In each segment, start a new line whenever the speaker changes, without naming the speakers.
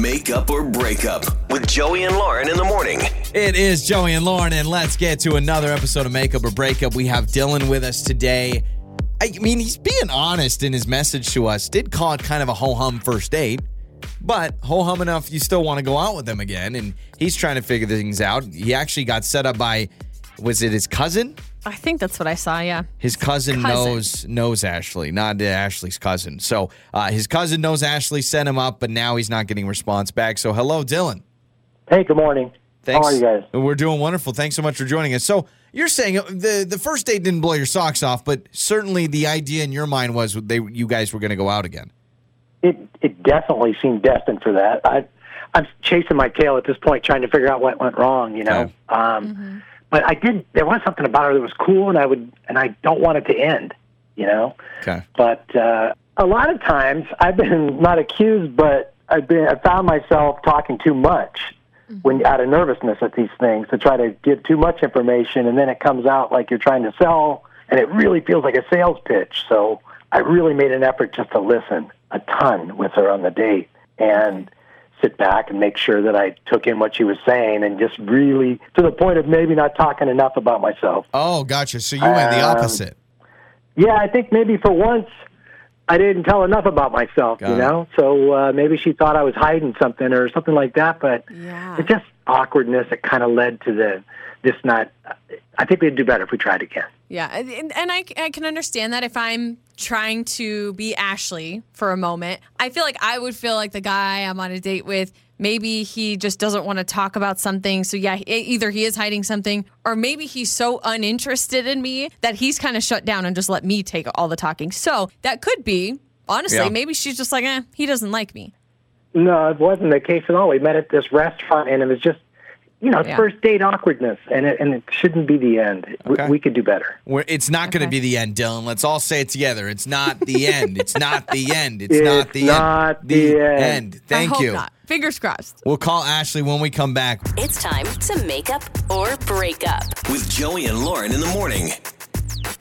Makeup or Breakup with Joey and Lauren in the morning.
It is Joey and Lauren, and let's get to another episode of Makeup or Breakup. We have Dylan with us today. I mean, he's being honest in his message to us. Did call it kind of a ho hum first date, but ho hum enough, you still want to go out with him again. And he's trying to figure things out. He actually got set up by, was it his cousin?
I think that's what I saw. Yeah.
His cousin,
Cousin.
knows knows Ashley, not uh, Ashley's cousin. So uh, his cousin knows Ashley, sent him up, but now he's not getting response back. So hello, Dylan.
Hey, good morning.
Thanks.
How are you guys?
We're doing wonderful. Thanks so much for joining us. So you're saying uh, the the first date didn't blow your socks off, but certainly the idea in your mind was they you guys were going to go out again.
It it definitely seemed destined for that. I I'm chasing my tail at this point, trying to figure out what went wrong. You know, um, but I did. There was something about her that was cool, and I would, and I don't want it to end. You know,
Okay.
but uh, a lot of times I've been not accused, but I've been I found myself talking too much when out of nervousness at these things to try to give too much information, and then it comes out like you're trying to sell, and it really feels like a sales pitch. So I really made an effort just to listen a ton with her on the date and sit back and make sure that I took in what she was saying, and just really to the point of maybe not talking enough about myself.
Oh, gotcha. So you went the
Um,
opposite.
Yeah, I think maybe for once I didn't tell enough about myself,
Got
you
it.
know? So uh, maybe she thought I was hiding something or something like that, but
Yeah.
it's just awkwardness that kind of led to the this not I think we'd do better if we tried again.
Yeah, and- and, and I, I can understand that if I'm trying to be Ashley for a moment, I feel like I would feel like the guy I'm on a date with, maybe he just doesn't want to talk about something. So, yeah, e- either he is hiding something or maybe he's so uninterested in me that he's kind of shut down and just let me take all the talking. So, that could be, honestly,
Yeah.
maybe she's just like, eh, he doesn't like me.
No, it wasn't the case at all. We met at this restaurant and it was just you know,
Yeah.
first date awkwardness and it, and it shouldn't be the end.
Okay.
We, we could do better.
Where it's not going to
Okay.
be the end, Dylan. Let's all say it together. It's not the end. It's not the end. It's,
It's
not the
not
end.
the
the
end.
end. Thank
I hope
you.
Not. Fingers crossed.
We'll call Ashley when we come back.
It's time to make up or break up.
With Joey and Lauren in the morning.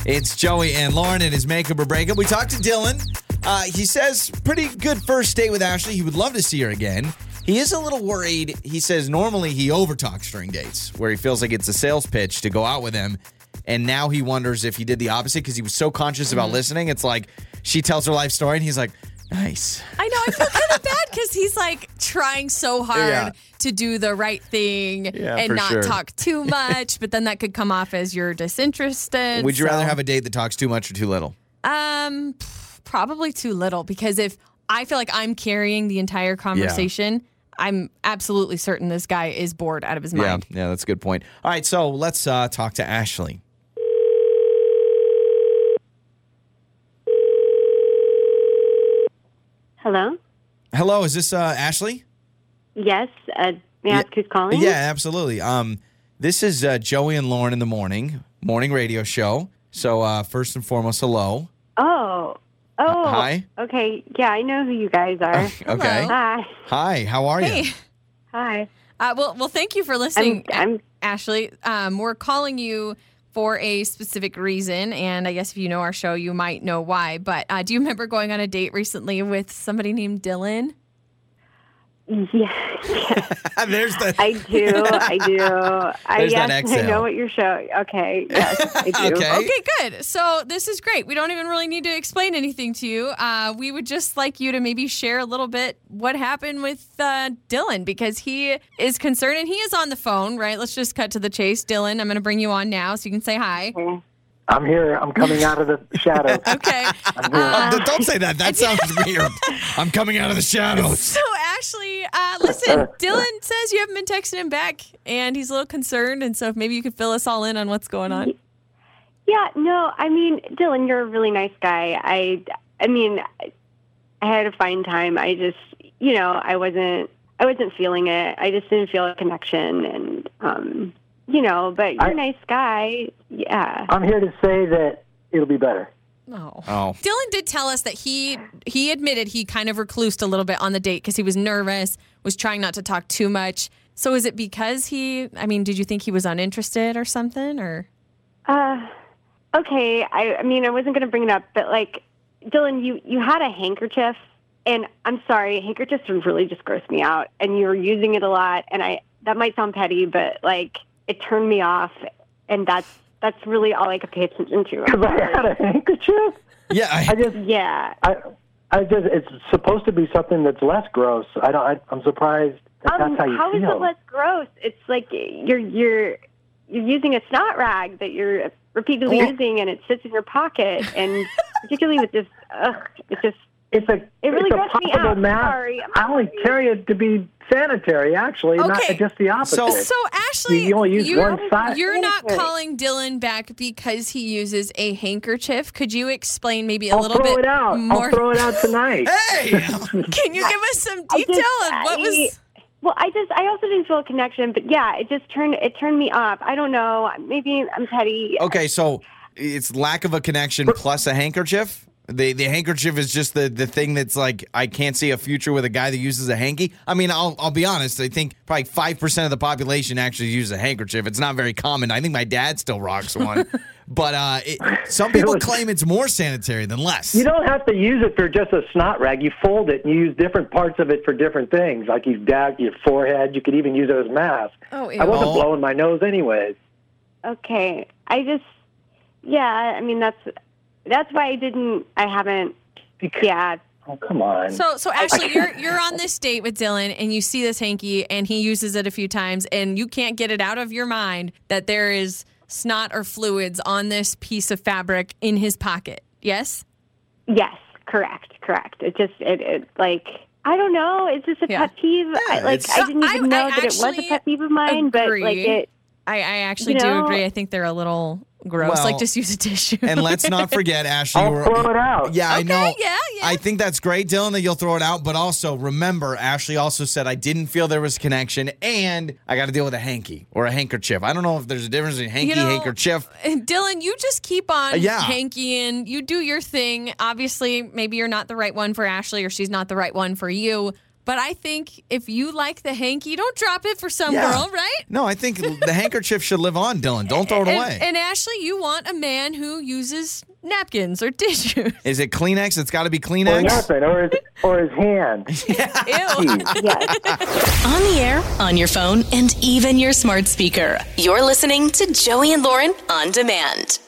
It's Joey and Lauren and his makeup or breakup. We talked to Dylan. Uh, he says pretty good first date with Ashley. He would love to see her again. He is a little worried. He says normally he overtalks during dates, where he feels like it's a sales pitch to go out with him, and now he wonders if he did the opposite because he was so conscious about listening. It's like she tells her life story, and he's like, "Nice."
I know. I feel kind of bad because he's like trying so hard
Yeah.
to do the right thing
Yeah, for
and not
sure.
talk too much, but then that could come off as you're disinterested.
Would you
so-
rather have a date that talks too much or too little?
Um, pff, probably too little because if I feel like I'm carrying the entire conversation, I'm absolutely certain this guy is bored out of his mind.
Yeah, yeah, that's a good point. All right, so let's uh, talk to Ashley.
Hello?
Hello, is this uh, Ashley?
Yes. Uh, may I
Yeah.
ask who's calling?
Yeah, absolutely. Um, this is uh, Joey and Lauren in the morning morning radio show. So uh, first and foremost, hello.
Oh. Oh.
Hi.
Okay. Yeah, I know who you guys are.
Okay.
Hi.
Hi. How are you?
Hey.
Hi.
Uh, well, well, thank you for
I'm,
listening.
I'm
Ashley, um, we're calling you for a specific reason, and I guess if you know our show, you might know why. But uh, do you remember going on a date recently with somebody named Dylan?
yeah, yeah,
There's the.
I do, I do. I
There's that
yes, I
exhale.
know what your show. Okay, yes, I do.
Okay.
Okay, good. So this is great. We don't even really need to explain anything to you. Uh, we would just like you to maybe share a little bit what happened with uh, Dylan because he is concerned and he is on the phone, right? Let's just cut to the chase. Dylan, I'm going to bring you on now so you can say hi.
I'm here. I'm coming out of the shadow.
Okay.
Oh, d- don't say that. That sounds weird. I'm coming out of the shadows.
So Ashley, uh, listen, Dylan says you haven't been texting him back, and he's a little concerned. And so, if maybe you could fill us all in on what's going on.
Yeah, no, I mean, Dylan, you're a really nice guy. I, I mean, I- I had a fine time. I just, you know, I wasn't, I wasn't feeling it. I just didn't feel a connection, and, um, you know, but you're
I-
a nice guy. Yeah.
I'm here to say that it'll be better.
Oh.
Oh,
Dylan did tell us that he he admitted he kind of reclused a little bit on the date because he was nervous, was trying not to talk too much. So is it because he? I mean, did you think he was uninterested or something? Or
Uh, okay. I, I mean, I wasn't going to bring it up, but like, Dylan, you you had a handkerchief And I'm sorry, handkerchiefs really just grossed me out. And you were using it a lot, and I that might sound petty, but like it turned me off, and that's that's really all I could pay attention
Because I had
to.
a handkerchief.
Yeah,
I
I,
just,
yeah.
I, I just, it's supposed to be something that's less gross. I don't, I, I'm surprised that
Um,
that's how you
how is
feel.
it less gross? It's like you're you're you're using a snot rag that you're repeatedly
Well-
using, and it sits in your pocket, and particularly with this, ugh, it just
it's a,
it really
it's a
grossed me
possible
out.
mask.
Sorry, I'm
I only
sorry.
carry it to be sanitary, actually,
Okay.
not just the opposite.
So-
So Ashley,
You only use
you're,
one side.
you're not
Sanitary.
calling Dylan back because he uses a handkerchief. Could you explain maybe a
I'll
little
throw
bit
it out.
more?
I'll throw it out tonight.
hey,
Can you give us some
I just-
detail on what
I-
was?
Well, I just I also didn't feel a connection, but yeah, it just turned it turned me off. I don't know. Maybe I'm petty.
okay, so it's lack of a connection plus a handkerchief. The the handkerchief is just the the thing that's like I can't see a future with a guy that uses a hanky. I mean, I'll I'll be honest. I think probably five percent of the population actually uses a handkerchief. It's not very common. I think my dad still rocks one, but uh, it, some people claim it's more sanitary than less.
You don't have to use it for just a snot rag. You fold it and you use different parts of it for different things. Like you dab your forehead. You could even use it as a mask.
Oh, ew.
I wasn't
Oh.
blowing my nose anyways.
Okay, I just yeah. I mean that's that's why I didn't. I haven't. Yeah,
Oh, come on.
So so Ashley, you're you're on this date with Dylan and you see this hanky and he uses it a few times and you can't get it out of your mind that there is snot or fluids on this piece of fabric in his pocket. Yes?
Yes, correct, correct. It just it, it like I don't know. Is this a
Yeah.
pet peeve? I,
Yeah,
like
it's-
I didn't
I-
even know
I
that it was
actually
a pet peeve of mine, but like
agree.
it.
I, I actually
You
do
know-
agree. I think they're a little gross.
Well,
like just use a tissue.
And let's not forget, Ashley.
I'll
we're-
throw it out.
Yeah, I
Okay,
know.
yeah, yeah.
I think that's great, Dylan, that you'll throw it out. But also remember, Ashley also said I didn't feel there was a connection, and I got to deal with a hanky or a handkerchief. I don't know if there's a difference between hanky
You know-
handkerchief.
Dylan, you just keep on
Uh, yeah.
hankying. You do your thing. Obviously, maybe you're not the right one for Ashley or she's not the right one for you. But I think if you like the hanky, don't drop it for some
Yeah.
girl, right?
No, I think the handkerchief should live on, Dylan. Don't throw it
and,
away.
and Ashley, you want a man who uses napkins or tissues.
Is it Kleenex? It's got to be
Or
Kleenex.
nothing. Or his, or his hand.
Ew.
Yes.
On the air, on your phone, and even your smart speaker. You're listening to Joey and Lauren on demand.